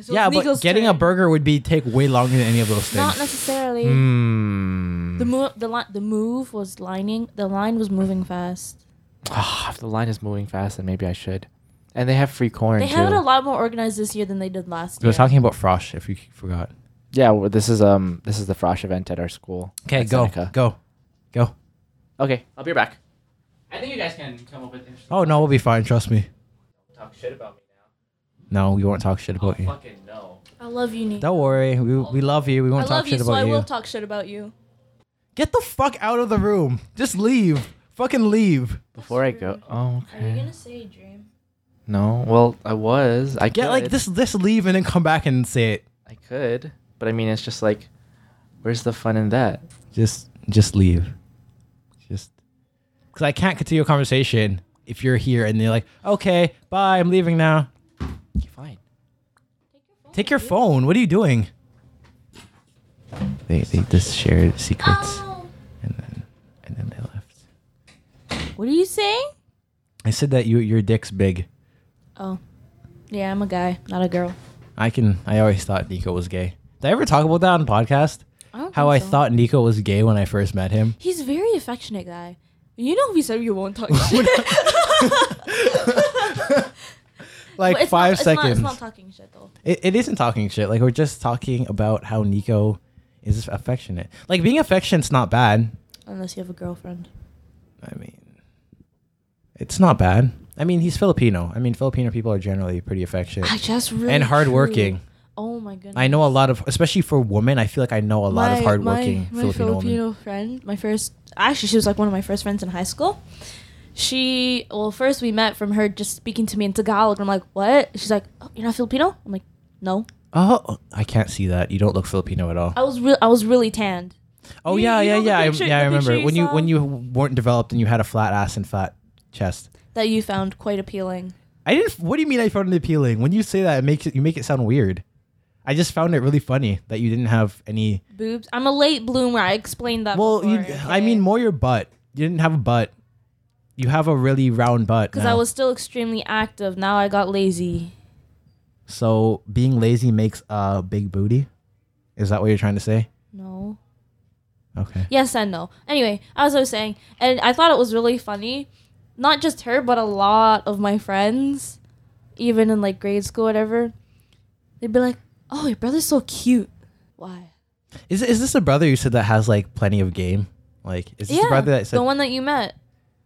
[SPEAKER 2] So
[SPEAKER 3] yeah,
[SPEAKER 2] it's
[SPEAKER 3] but
[SPEAKER 2] Nico's
[SPEAKER 3] getting a
[SPEAKER 2] turn.
[SPEAKER 3] burger would be take way longer than any of those things.
[SPEAKER 2] Not necessarily.
[SPEAKER 4] Hmm.
[SPEAKER 2] The move, the li- the move was lining. The line was moving fast.
[SPEAKER 4] Ah, if the line is moving fast, then maybe I should. And they have free corn
[SPEAKER 2] They
[SPEAKER 4] too.
[SPEAKER 2] have it a lot more organized this year than they did last
[SPEAKER 3] we
[SPEAKER 2] year.
[SPEAKER 3] were talking about frosh. If you forgot.
[SPEAKER 4] Yeah, well, this is um this is the frosh event at our school.
[SPEAKER 3] Okay,
[SPEAKER 4] at
[SPEAKER 3] go,
[SPEAKER 4] Seneca.
[SPEAKER 3] go, go.
[SPEAKER 4] Okay, I'll be back. I think you guys can come up with interesting.
[SPEAKER 3] Oh no, we'll be fine. Trust me.
[SPEAKER 4] Talk shit about me now.
[SPEAKER 3] No, we won't talk shit
[SPEAKER 2] Oh,
[SPEAKER 3] about you.
[SPEAKER 4] fucking no.
[SPEAKER 2] I love you, Nico.
[SPEAKER 3] Don't worry. We, we love you. We
[SPEAKER 2] I
[SPEAKER 3] won't talk
[SPEAKER 2] love you,
[SPEAKER 3] shit
[SPEAKER 2] so I
[SPEAKER 3] about you.
[SPEAKER 2] will talk shit about you.
[SPEAKER 3] Get the fuck out of the room. Just leave. Fucking leave.
[SPEAKER 4] Before I go, oh okay.
[SPEAKER 2] say dream?
[SPEAKER 4] No, well I was. I
[SPEAKER 3] Get
[SPEAKER 4] could.
[SPEAKER 3] like this. This leave and then come back and say it.
[SPEAKER 4] I could, but I mean it's just like, where's the fun in that?
[SPEAKER 3] Just just leave. Just because I can't continue a conversation if you're here and they're like, okay, bye. I'm leaving now.
[SPEAKER 4] Okay, fine.
[SPEAKER 3] Take your phone. What are you doing? They they just shared secrets
[SPEAKER 2] Oh.
[SPEAKER 3] and then and then they left.
[SPEAKER 2] What are you saying?
[SPEAKER 3] I said that you your dick's big.
[SPEAKER 2] Oh, yeah, I'm a guy, not a girl.
[SPEAKER 3] I can. I always thought Nico was gay. Did I ever talk about that on podcast?
[SPEAKER 2] I don't
[SPEAKER 3] How I
[SPEAKER 2] think so.
[SPEAKER 3] thought Nico was gay when I first met him.
[SPEAKER 2] He's a very affectionate guy. You know, we said you
[SPEAKER 3] [LAUGHS]
[SPEAKER 2] won't talk shit. [LAUGHS]
[SPEAKER 3] Like
[SPEAKER 2] But it's
[SPEAKER 3] five
[SPEAKER 2] not,
[SPEAKER 3] seconds.
[SPEAKER 2] It's not, it's not talking shit though.
[SPEAKER 3] it, it isn't talking shit. Like we're just talking about how Nico is affectionate. Like being affectionate's not bad.
[SPEAKER 2] Unless you have a girlfriend.
[SPEAKER 3] I mean, it's not bad. I mean, he's Filipino. I mean, Filipino people are generally pretty affectionate
[SPEAKER 2] I just really
[SPEAKER 3] and
[SPEAKER 2] true.
[SPEAKER 3] hardworking.
[SPEAKER 2] Oh my goodness.
[SPEAKER 3] I know a lot of, especially for women. I feel like I know a lot of hardworking
[SPEAKER 2] my, my
[SPEAKER 3] Filipino,
[SPEAKER 2] Filipino,
[SPEAKER 3] women.
[SPEAKER 2] friend, my first actually she was like one of my first friends in high school. She well first we met from her just speaking to me in Tagalog. I'm like, what? She's like, oh, you're not Filipino? I'm like, no.
[SPEAKER 3] Oh, I can't see that. You don't look Filipino at all.
[SPEAKER 2] I was real. I was really tanned.
[SPEAKER 3] Oh
[SPEAKER 2] Oh, You-
[SPEAKER 3] yeah,
[SPEAKER 2] you
[SPEAKER 3] yeah,
[SPEAKER 2] know the
[SPEAKER 3] yeah.
[SPEAKER 2] picture-
[SPEAKER 3] I, yeah, I
[SPEAKER 2] the picture
[SPEAKER 3] remember
[SPEAKER 2] you
[SPEAKER 3] when you
[SPEAKER 2] saw?
[SPEAKER 3] when you weren't developed and you had a flat ass and flat chest.
[SPEAKER 2] That you found quite appealing.
[SPEAKER 3] I didn't. What do you mean? I found it appealing. When you say that, it makes it you make it sound weird. I just found it really funny that you didn't have any.
[SPEAKER 2] Boobs. I'm a late bloomer. I explained that.
[SPEAKER 3] Well, you,
[SPEAKER 2] before,
[SPEAKER 3] I mean more your butt. You didn't have a butt. You have a really round butt.
[SPEAKER 2] because
[SPEAKER 3] now.
[SPEAKER 2] I was still extremely active. Now I got lazy.
[SPEAKER 3] So being lazy makes a big booty. Is that what you're trying to say?
[SPEAKER 2] No.
[SPEAKER 3] Okay.
[SPEAKER 2] Yes and no. Anyway, as I was saying, and I thought it was really funny, not just her, but a lot of my friends, even in like grade school, whatever, they'd be like, "Oh, your brother's so cute." Why?
[SPEAKER 3] Is is this a brother you said that has like plenty of game? Like is this the brother that said?
[SPEAKER 2] the one that you met.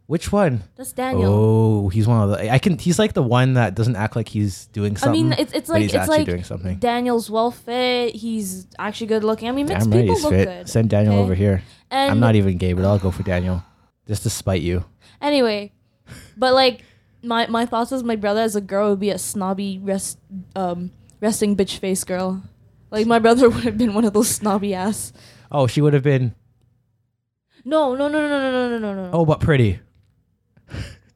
[SPEAKER 3] Which one?
[SPEAKER 2] That's Daniel.
[SPEAKER 3] Oh, he's one of the. I can. He's like the one that doesn't act like he's doing
[SPEAKER 2] I
[SPEAKER 3] something.
[SPEAKER 2] mean, it's, it's
[SPEAKER 3] but
[SPEAKER 2] like
[SPEAKER 3] he's
[SPEAKER 2] it's
[SPEAKER 3] actually
[SPEAKER 2] like
[SPEAKER 3] doing something.
[SPEAKER 2] Daniel's well fit. He's actually good looking. I mean, mixed
[SPEAKER 3] Damn right,
[SPEAKER 2] people
[SPEAKER 3] he's
[SPEAKER 2] look
[SPEAKER 3] fit.
[SPEAKER 2] good.
[SPEAKER 3] Send Daniel
[SPEAKER 2] okay?
[SPEAKER 3] over here.
[SPEAKER 2] And
[SPEAKER 3] I'm not even gay, but I'll go for Daniel just to spite you.
[SPEAKER 2] Anyway, but like my my thoughts is my brother as a girl would be a snobby rest um resting bitch face girl. Like my brother [LAUGHS] would have been one of those snobby ass.
[SPEAKER 3] Oh, she would have been.
[SPEAKER 2] No, no, no, no, no, no, no, no, no.
[SPEAKER 3] Oh, but pretty.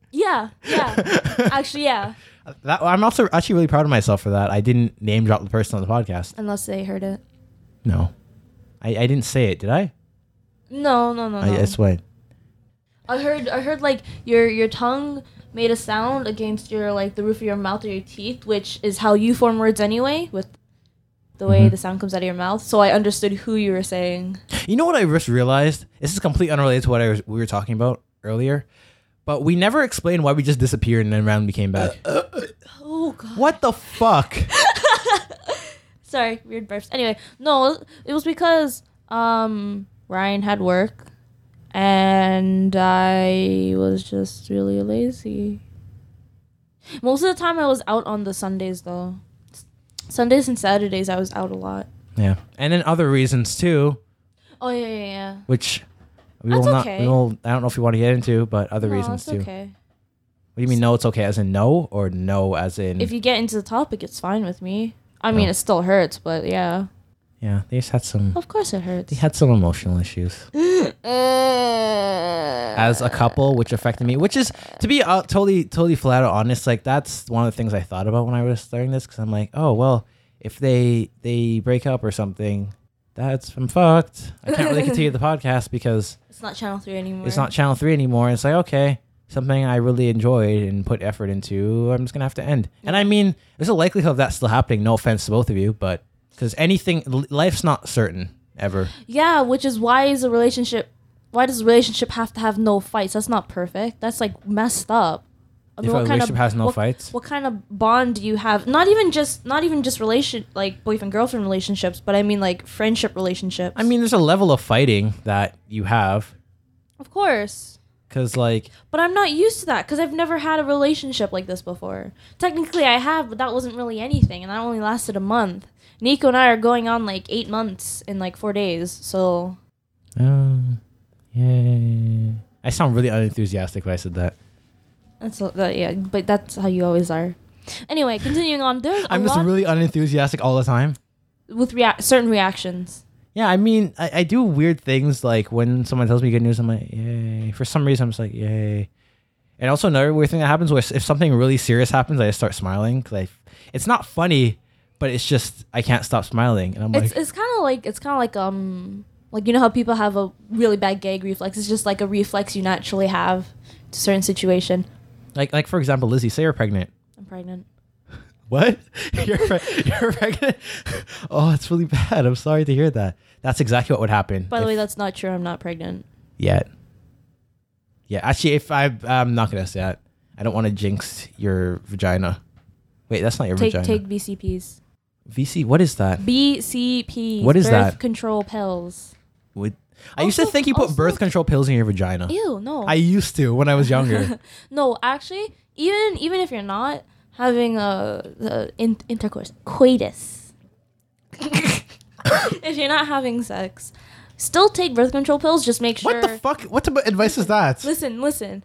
[SPEAKER 2] Yeah,
[SPEAKER 3] [LAUGHS]
[SPEAKER 2] yeah. Actually, yeah.
[SPEAKER 3] That I'm also actually really proud of myself for that. I didn't name drop the person on the podcast.
[SPEAKER 2] Unless they heard it.
[SPEAKER 3] No, I, I didn't say it, did I?
[SPEAKER 2] No, no, no, no.
[SPEAKER 3] I, I swear.
[SPEAKER 2] I heard I heard like your your tongue made a sound against your like the roof of your mouth or your teeth, which is how you form words anyway, with the way
[SPEAKER 3] Mhm.
[SPEAKER 2] the sound comes out of your mouth. So I understood who you were saying.
[SPEAKER 3] You know what I just realized? This is completely unrelated to what I was, we were talking about earlier, but we never explained why we just disappeared and then randomly came back.
[SPEAKER 2] Oh god.
[SPEAKER 3] what the fuck?
[SPEAKER 2] Sorry, weird burps. Anyway, no, it was because um Ryan had work and I was just really lazy. Most of the time I was out on the Sundays though. Sundays and Saturdays I was out a lot.
[SPEAKER 3] yeah, and then other reasons too,
[SPEAKER 2] Oh yeah, yeah, yeah.
[SPEAKER 3] which we
[SPEAKER 2] That's
[SPEAKER 3] will not.
[SPEAKER 2] okay.
[SPEAKER 3] We will. I don't know if we want to get into, but other reasons
[SPEAKER 2] it's
[SPEAKER 3] too.
[SPEAKER 2] okay.
[SPEAKER 3] What do you mean? No, it's okay. As in no, or no, as in
[SPEAKER 2] If you get into the topic, it's fine with me. I mean,
[SPEAKER 3] Mm. Oh.
[SPEAKER 2] it still hurts, but yeah,
[SPEAKER 3] yeah. They just had some.
[SPEAKER 2] of course it
[SPEAKER 3] They
[SPEAKER 2] [GASPS] hurts. Uh,
[SPEAKER 3] had some emotional issues. as a couple, which affected me. Which is to be uh, totally, totally flat out honest. Like that's one of the things I thought about when I was starting this, because I'm like, oh well, if they they break up or something, that's I'm fucked. I can't really continue the podcast because
[SPEAKER 2] It's not Channel Three anymore.
[SPEAKER 3] it's not Channel Three anymore. It's like okay, something I really enjoyed and put effort into. I'm just gonna have to end. And I mean, there's a likelihood of that still happening. No offense to both of you, but because anything, l- life's not certain ever.
[SPEAKER 2] Yeah, which is why is a relationship? Why does a relationship have to have no fights? That's not perfect. That's like messed up. I
[SPEAKER 3] If a relationship has no
[SPEAKER 2] what-
[SPEAKER 3] fights?
[SPEAKER 2] what kind of bond do you have? Not even just not even just relation like boyfriend girlfriend relationships, but I mean like friendship relationships.
[SPEAKER 3] I mean, there's a level of fighting that you have.
[SPEAKER 2] of course.
[SPEAKER 3] Cause like
[SPEAKER 2] But I'm not used to that because I've never had a relationship like this before. Technically, I have, but that wasn't really anything, and that only lasted a month. Nico and I are going on like eight months in like four days, so
[SPEAKER 3] Um, yeah. I sound really unenthusiastic when I said that.
[SPEAKER 2] that's a, that, yeah. But that's how you always are. Anyway, continuing on, there's a
[SPEAKER 3] I'm just
[SPEAKER 2] lot
[SPEAKER 3] really unenthusiastic all the time.
[SPEAKER 2] with rea- certain reactions.
[SPEAKER 3] Yeah, I mean, I, I do weird things like when someone tells me good news, I'm like, yay. For some reason, I'm just like, yay. And also another weird thing that happens was if something really serious happens, I just start smiling. 'cause I, it's not funny, but it's just I can't stop smiling, and I'm
[SPEAKER 2] It's
[SPEAKER 3] like,
[SPEAKER 2] it's kind of like it's kind of like um like you know how people have a really bad gag reflex. It's just like a reflex you naturally have to certain situation.
[SPEAKER 3] like, like for example, Lizzie, say you're pregnant.
[SPEAKER 2] I'm pregnant.
[SPEAKER 3] What? [LAUGHS] you're, pre- you're pregnant? [LAUGHS] oh, it's really bad. I'm sorry to hear that. That's exactly what would happen.
[SPEAKER 2] By the
[SPEAKER 3] if-
[SPEAKER 2] way, that's not true. I'm not pregnant.
[SPEAKER 3] yet. Yeah, actually, if I, I'm not gonna say that. I don't want to jinx your vagina. Wait, that's not your
[SPEAKER 2] Take
[SPEAKER 3] vagina.
[SPEAKER 2] take BCPs.
[SPEAKER 3] VC, what is that?
[SPEAKER 2] BCP.
[SPEAKER 3] What is
[SPEAKER 2] birth
[SPEAKER 3] that?
[SPEAKER 2] Control pills.
[SPEAKER 3] Would I used to
[SPEAKER 2] Also-
[SPEAKER 3] think you put
[SPEAKER 2] also-
[SPEAKER 3] birth control pills in your vagina.
[SPEAKER 2] Ew, no.
[SPEAKER 3] I used to when I was
[SPEAKER 2] [LAUGHS]
[SPEAKER 3] younger.
[SPEAKER 2] no, actually, even even if you're not having a, a in, intercourse,
[SPEAKER 3] [LAUGHS]
[SPEAKER 2] coitus. if you're not having sex, still take birth control pills. Just make sure.
[SPEAKER 3] What the fuck? What type of advice is that?
[SPEAKER 2] Listen, listen.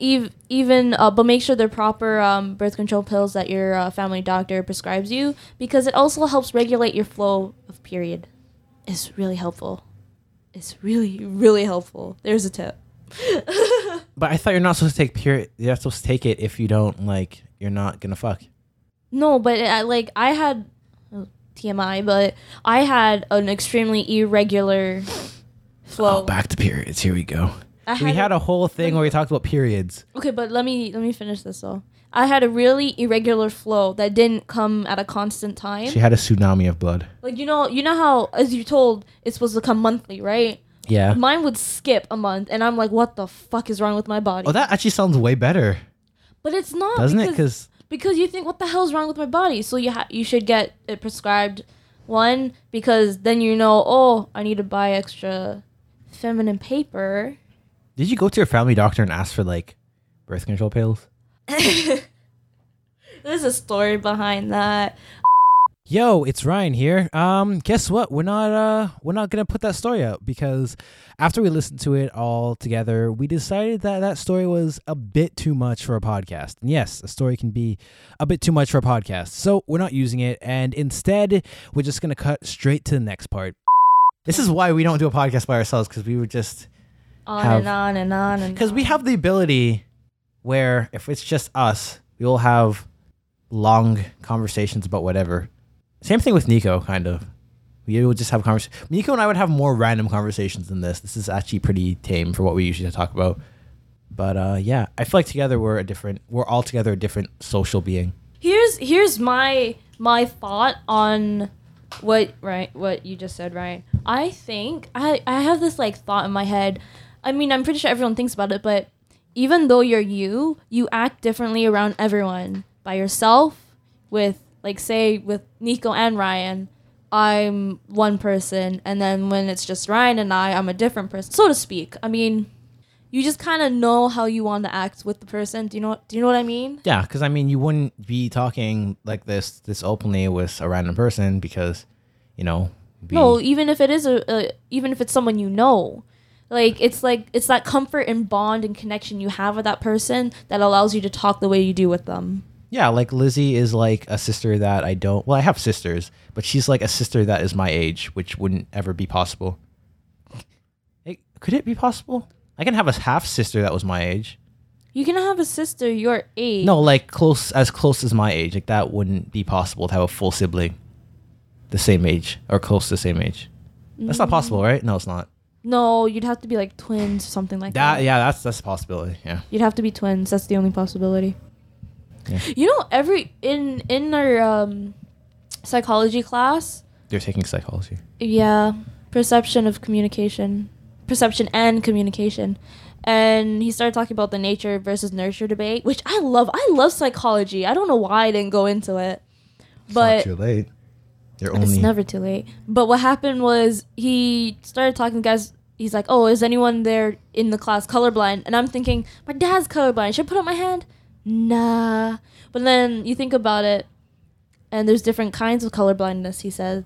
[SPEAKER 2] Ev- Even, uh, but make sure they're proper um, birth control pills that your uh, family doctor prescribes you because it also helps regulate your flow of period. It's really helpful. It's really, really helpful. There's a tip. [LAUGHS]
[SPEAKER 3] But I thought you're not supposed to take period. You're not supposed to take it if you don't like. You're not gonna fuck.
[SPEAKER 2] No, but I, like I had oh, TMI, but I had an extremely irregular flow.
[SPEAKER 3] Oh, back to periods. Here we go.
[SPEAKER 2] I
[SPEAKER 3] We had a whole thing where we talked about periods.
[SPEAKER 2] Okay, but let me let me finish this though. I had a really irregular flow that didn't come at a constant time.
[SPEAKER 3] She had a tsunami of blood.
[SPEAKER 2] like you know, you know how as you told it's supposed to come monthly, right?
[SPEAKER 3] Yeah.
[SPEAKER 2] Mine would skip a month, and I'm like, what the fuck is wrong with my body?
[SPEAKER 3] Oh, that actually sounds way better,
[SPEAKER 2] but it's not,
[SPEAKER 3] doesn't it?
[SPEAKER 2] because,
[SPEAKER 3] 'Cause
[SPEAKER 2] because you think what the hell is wrong with my body, so you ha- you should get it prescribed. One because then you know, oh, I need to buy extra feminine paper [LAUGHS]
[SPEAKER 3] Did you go to your family doctor and ask for like birth control pills?
[SPEAKER 2] There's a story behind that.
[SPEAKER 3] Yo, it's Ryan here. Um, guess what? We're not uh we're not gonna put that story out because after we listened to it all together, we decided that that story was a bit too much for a podcast. And yes, a story can be a bit too much for a podcast, so we're not using it. And instead, we're just gonna cut straight to the next part. This is why we don't do a podcast by ourselves because we would just
[SPEAKER 2] On
[SPEAKER 3] Have-
[SPEAKER 2] and on and on and
[SPEAKER 3] because we
[SPEAKER 2] on.
[SPEAKER 3] have the ability where if it's just us, we will have long conversations about whatever. Same thing with Nico, kind of. We will just have conversations. Nico and I would have more random conversations than this. This is actually pretty tame for what we usually talk about. But uh, yeah, I feel like together we're a different. We're all together a different social being.
[SPEAKER 2] here's here's my my thought on what right what you just said ryan i think i i have this like thought in my head i mean i'm pretty sure everyone thinks about it but even though you're you you act differently around everyone by yourself with like say with nico and ryan i'm one person and then when it's just ryan and i i'm a different person so to speak i mean you just kind of know how you want to act with the person do you know do you know what i mean
[SPEAKER 3] Yeah, because I mean, you wouldn't be talking like this this openly with a random person because, you know, be,
[SPEAKER 2] No, even if it is a, a even if it's someone you know, like it's like it's that comfort and bond and connection you have with that person that allows you to talk the way you do with them.
[SPEAKER 3] Yeah, like Lizzie is like a sister that I don't. Well, I have sisters, but she's like a sister that is my age, which wouldn't ever be possible. It, could it be possible? I can have a half sister that was my age.
[SPEAKER 2] You can have a sister your age.
[SPEAKER 3] No, like close as close as my age. Like that wouldn't be possible to have a full sibling the same age or close to the same age. That's not possible, right? No, it's not.
[SPEAKER 2] no, you'd have to be like twins or something like that.
[SPEAKER 3] That yeah, that's that's a possibility. Yeah.
[SPEAKER 2] You'd have to be twins. That's the only possibility.
[SPEAKER 3] Yeah.
[SPEAKER 2] You know, every in in our um, psychology class,
[SPEAKER 3] They're taking psychology.
[SPEAKER 2] Yeah, perception of communication, perception and communication. And he started talking about the nature versus nurture debate, which I love. I love psychology. I don't know why I didn't go into it, but
[SPEAKER 3] late. They're
[SPEAKER 2] it's never too late. But what happened was he started talking to guys. He's like, "Oh, is anyone there in the class colorblind?" And I'm thinking, "My dad's colorblind. Should I put up my hand?" Nah. But then you think about it, and there's different kinds of colorblindness. He said,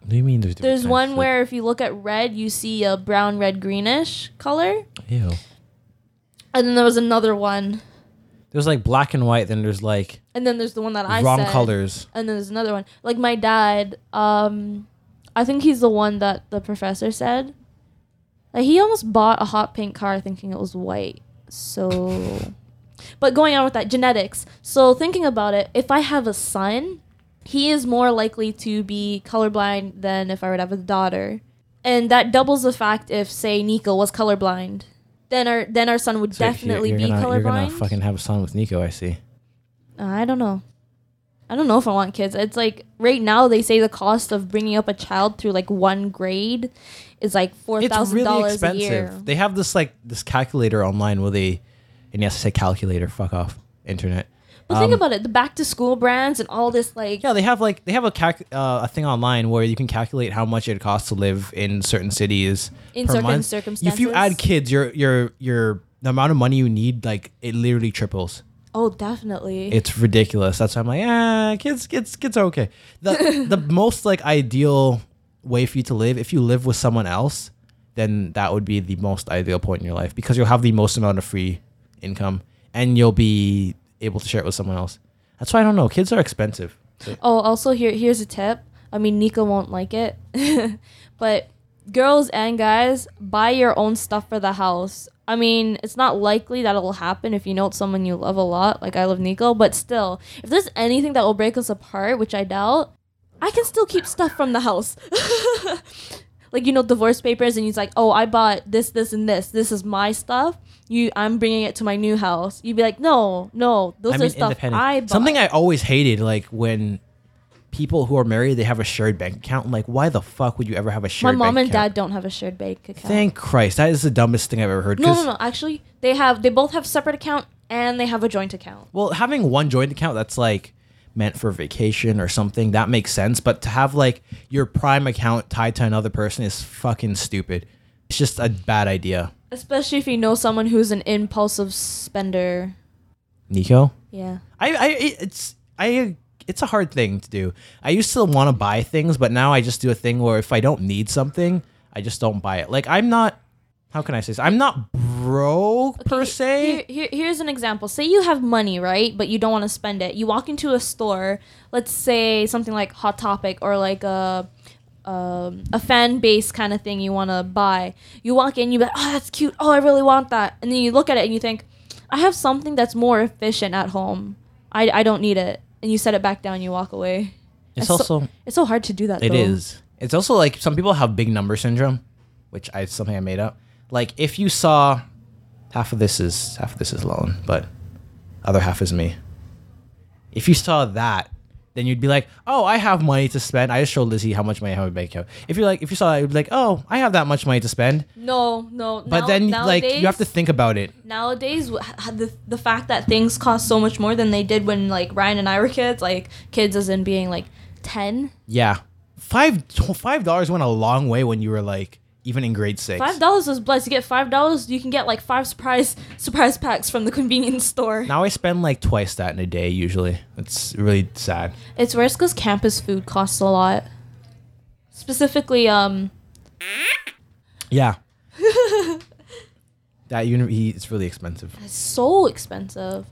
[SPEAKER 3] What do you mean? There's, different
[SPEAKER 2] there's
[SPEAKER 3] kinds?
[SPEAKER 2] one
[SPEAKER 3] Like-
[SPEAKER 2] where if you look at red, you see a brown, red, greenish color.
[SPEAKER 3] Ew.
[SPEAKER 2] And then there was another one.
[SPEAKER 3] There's like black and white. Then there's like
[SPEAKER 2] And then there's the one that I
[SPEAKER 3] wrong
[SPEAKER 2] said.
[SPEAKER 3] colors.
[SPEAKER 2] And then there's another one. Like my dad, um, I think he's the one that the professor said. Like he almost bought a hot pink car thinking it was white.
[SPEAKER 3] [LAUGHS]
[SPEAKER 2] So, but going on with that genetics. So thinking about it, if I have a son, he is more likely to be colorblind than if I would have a daughter. And that doubles the fact if, say, Nico was colorblind, then our then our son would
[SPEAKER 3] So you're-
[SPEAKER 2] definitely
[SPEAKER 3] you're
[SPEAKER 2] be
[SPEAKER 3] gonna,
[SPEAKER 2] colorblind.
[SPEAKER 3] You're gonna fucking have a son with Nico. I see.
[SPEAKER 2] Uh, I don't know. I don't know if I want kids. It's like right now they say the cost of bringing up a child through like one grade is like four thousand dollars a year.
[SPEAKER 3] They have this like this calculator online where they, and yes, I say calculator. Fuck off, internet.
[SPEAKER 2] But think about it, the back to school brands and all this like
[SPEAKER 3] Yeah, they have like they have a calc- uh, a thing online where you can calculate how much it costs to live in certain cities
[SPEAKER 2] In
[SPEAKER 3] per
[SPEAKER 2] certain
[SPEAKER 3] month. If you
[SPEAKER 2] circumstances.
[SPEAKER 3] add kids, your your your the amount of money you need like it literally triples.
[SPEAKER 2] oh definitely.
[SPEAKER 3] It's ridiculous. That's why I'm like, ah, kids, kids, kids are okay.
[SPEAKER 2] [LAUGHS]
[SPEAKER 3] The the most like ideal way for you to live, if you live with someone else, then that would be the most ideal point in your life because you'll have the most amount of free income and you'll be able to share it with someone else. That's why I don't know. Kids are expensive.
[SPEAKER 2] oh, also here here's a tip. I mean Nico won't like it. [LAUGHS] but girls and guys, buy your own stuff for the house. I mean, it's not likely that it'll happen if you know it's someone you love a lot, like I love Nico, but still, if there's anything that will break us apart, which I doubt, I can still keep stuff from the house. [LAUGHS] like you know divorce papers and he's like, "Oh, I bought this this and this. This is my stuff. You I'm bringing it to my new house." You'd be like, "No, no, those
[SPEAKER 3] I
[SPEAKER 2] are
[SPEAKER 3] mean,
[SPEAKER 2] stuff
[SPEAKER 3] independent.
[SPEAKER 2] I bought."
[SPEAKER 3] Something I always hated, like when people who are married they have a shared bank account. I'm like, why the fuck would you ever have a shared?
[SPEAKER 2] my mom
[SPEAKER 3] bank
[SPEAKER 2] and
[SPEAKER 3] account?
[SPEAKER 2] dad don't have a shared bank account.
[SPEAKER 3] Thank Christ, that is the dumbest thing I've ever heard.
[SPEAKER 2] no,
[SPEAKER 3] 'cause-
[SPEAKER 2] no, no. Actually, they have they both have separate account and they have a joint account.
[SPEAKER 3] Well, having one joint account that's like meant for vacation or something, that makes sense. But to have like your prime account tied to another person is fucking stupid. It's just a bad idea.
[SPEAKER 2] Especially if you know someone who's an impulsive spender.
[SPEAKER 3] Nico?
[SPEAKER 2] Yeah.
[SPEAKER 3] I, I it's I it's a hard thing to do. I used to want to buy things, but now I just do a thing where if I don't need something, I just don't buy it. Like I'm not how can I say this? I'm not broke per
[SPEAKER 2] Okay,
[SPEAKER 3] se.
[SPEAKER 2] here- here- here's an example. Say you have money, right? But you don't want to spend it. You walk into a store, let's say something like Hot Topic or like a um, a fan base kind of thing you want to buy. You walk in, you be like, oh, that's cute. Oh, I really want that. And then you look at it and you think, I have something that's more efficient at home. I, I don't need it. And you set it back down. You walk away.
[SPEAKER 3] it's
[SPEAKER 2] so-
[SPEAKER 3] also
[SPEAKER 2] It's so hard to do that.
[SPEAKER 3] It
[SPEAKER 2] though.
[SPEAKER 3] is. It's also like some people have big number syndrome, which I something I made up. Like if you saw half of this is half of this is Lolan, but other half is me. If you saw that, then you'd be like, "Oh, I have money to spend." I just showed Lizzie how much money I have in my bank account. If you are like, if you saw, that, you'd be like, "Oh, I have that much money to spend."
[SPEAKER 2] No, no.
[SPEAKER 3] But
[SPEAKER 2] now-
[SPEAKER 3] then, like, you have
[SPEAKER 2] nowadays-
[SPEAKER 3] to think about it.
[SPEAKER 2] nowadays wh- h- the, the fact that things cost so much more than they did when like ryan and i were kids like kids as in being like 10
[SPEAKER 3] Yeah, five five dollars went a long way when you were like even in grade six.
[SPEAKER 2] five dollars was blessed you get five dollars you can get like five surprise [LAUGHS] surprise packs from the convenience store
[SPEAKER 3] Now I spend like twice that in a day usually. It's really sad.
[SPEAKER 2] it's worse because campus food costs a lot specifically um
[SPEAKER 3] Yeah. [LAUGHS] that uni- he, it's really expensive.
[SPEAKER 2] it's so expensive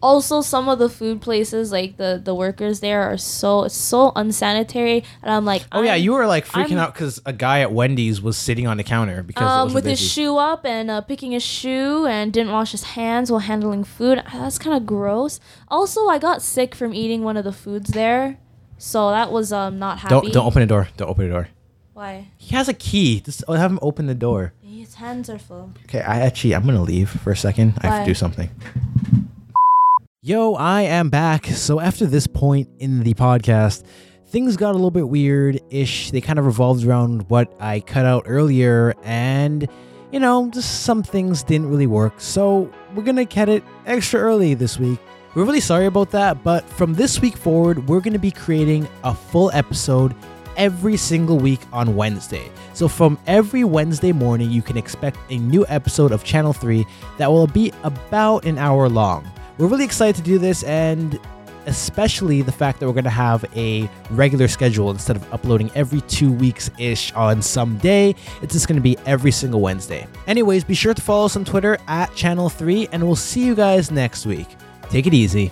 [SPEAKER 2] also some of the food places like the the workers there are so it's so unsanitary and i'm like
[SPEAKER 3] Oh yeah,
[SPEAKER 2] I'm-
[SPEAKER 3] you were like freaking
[SPEAKER 2] I'm-
[SPEAKER 3] out because a guy at Wendy's was sitting on the counter because it
[SPEAKER 2] um,
[SPEAKER 3] was
[SPEAKER 2] with
[SPEAKER 3] busy.
[SPEAKER 2] his shoe up and uh, picking his shoe and didn't wash his hands while handling food. Ah, That's kind of gross. Also, I got sick from eating one of the foods there, so that was um not happy.
[SPEAKER 3] Don't don't open the door. Don't open the door.
[SPEAKER 2] Why?
[SPEAKER 3] He has a key. Just have him open the door.
[SPEAKER 2] His hands are full.
[SPEAKER 3] Okay, I actually I'm gonna leave for a second. I have
[SPEAKER 2] Why?
[SPEAKER 3] to do something. Yo, I am back. So after this point in the podcast, things got a little bit weird-ish. They kind of revolved around what I cut out earlier, and you know, just some things didn't really work. So we're gonna cut it extra early this week. We're really sorry about that, but from this week forward, we're gonna be creating a full episode every single week on Wednesday. So from every Wednesday morning, you can expect a new episode of Channel 3 that will be about an hour long. We're really excited to do this and especially the fact that we're going to have a regular schedule instead of uploading every two weeks ish on some day. It's just going to be every single Wednesday. Anyways, be sure to follow us on Twitter at Channel 3 and we'll see you guys next week. Take it easy.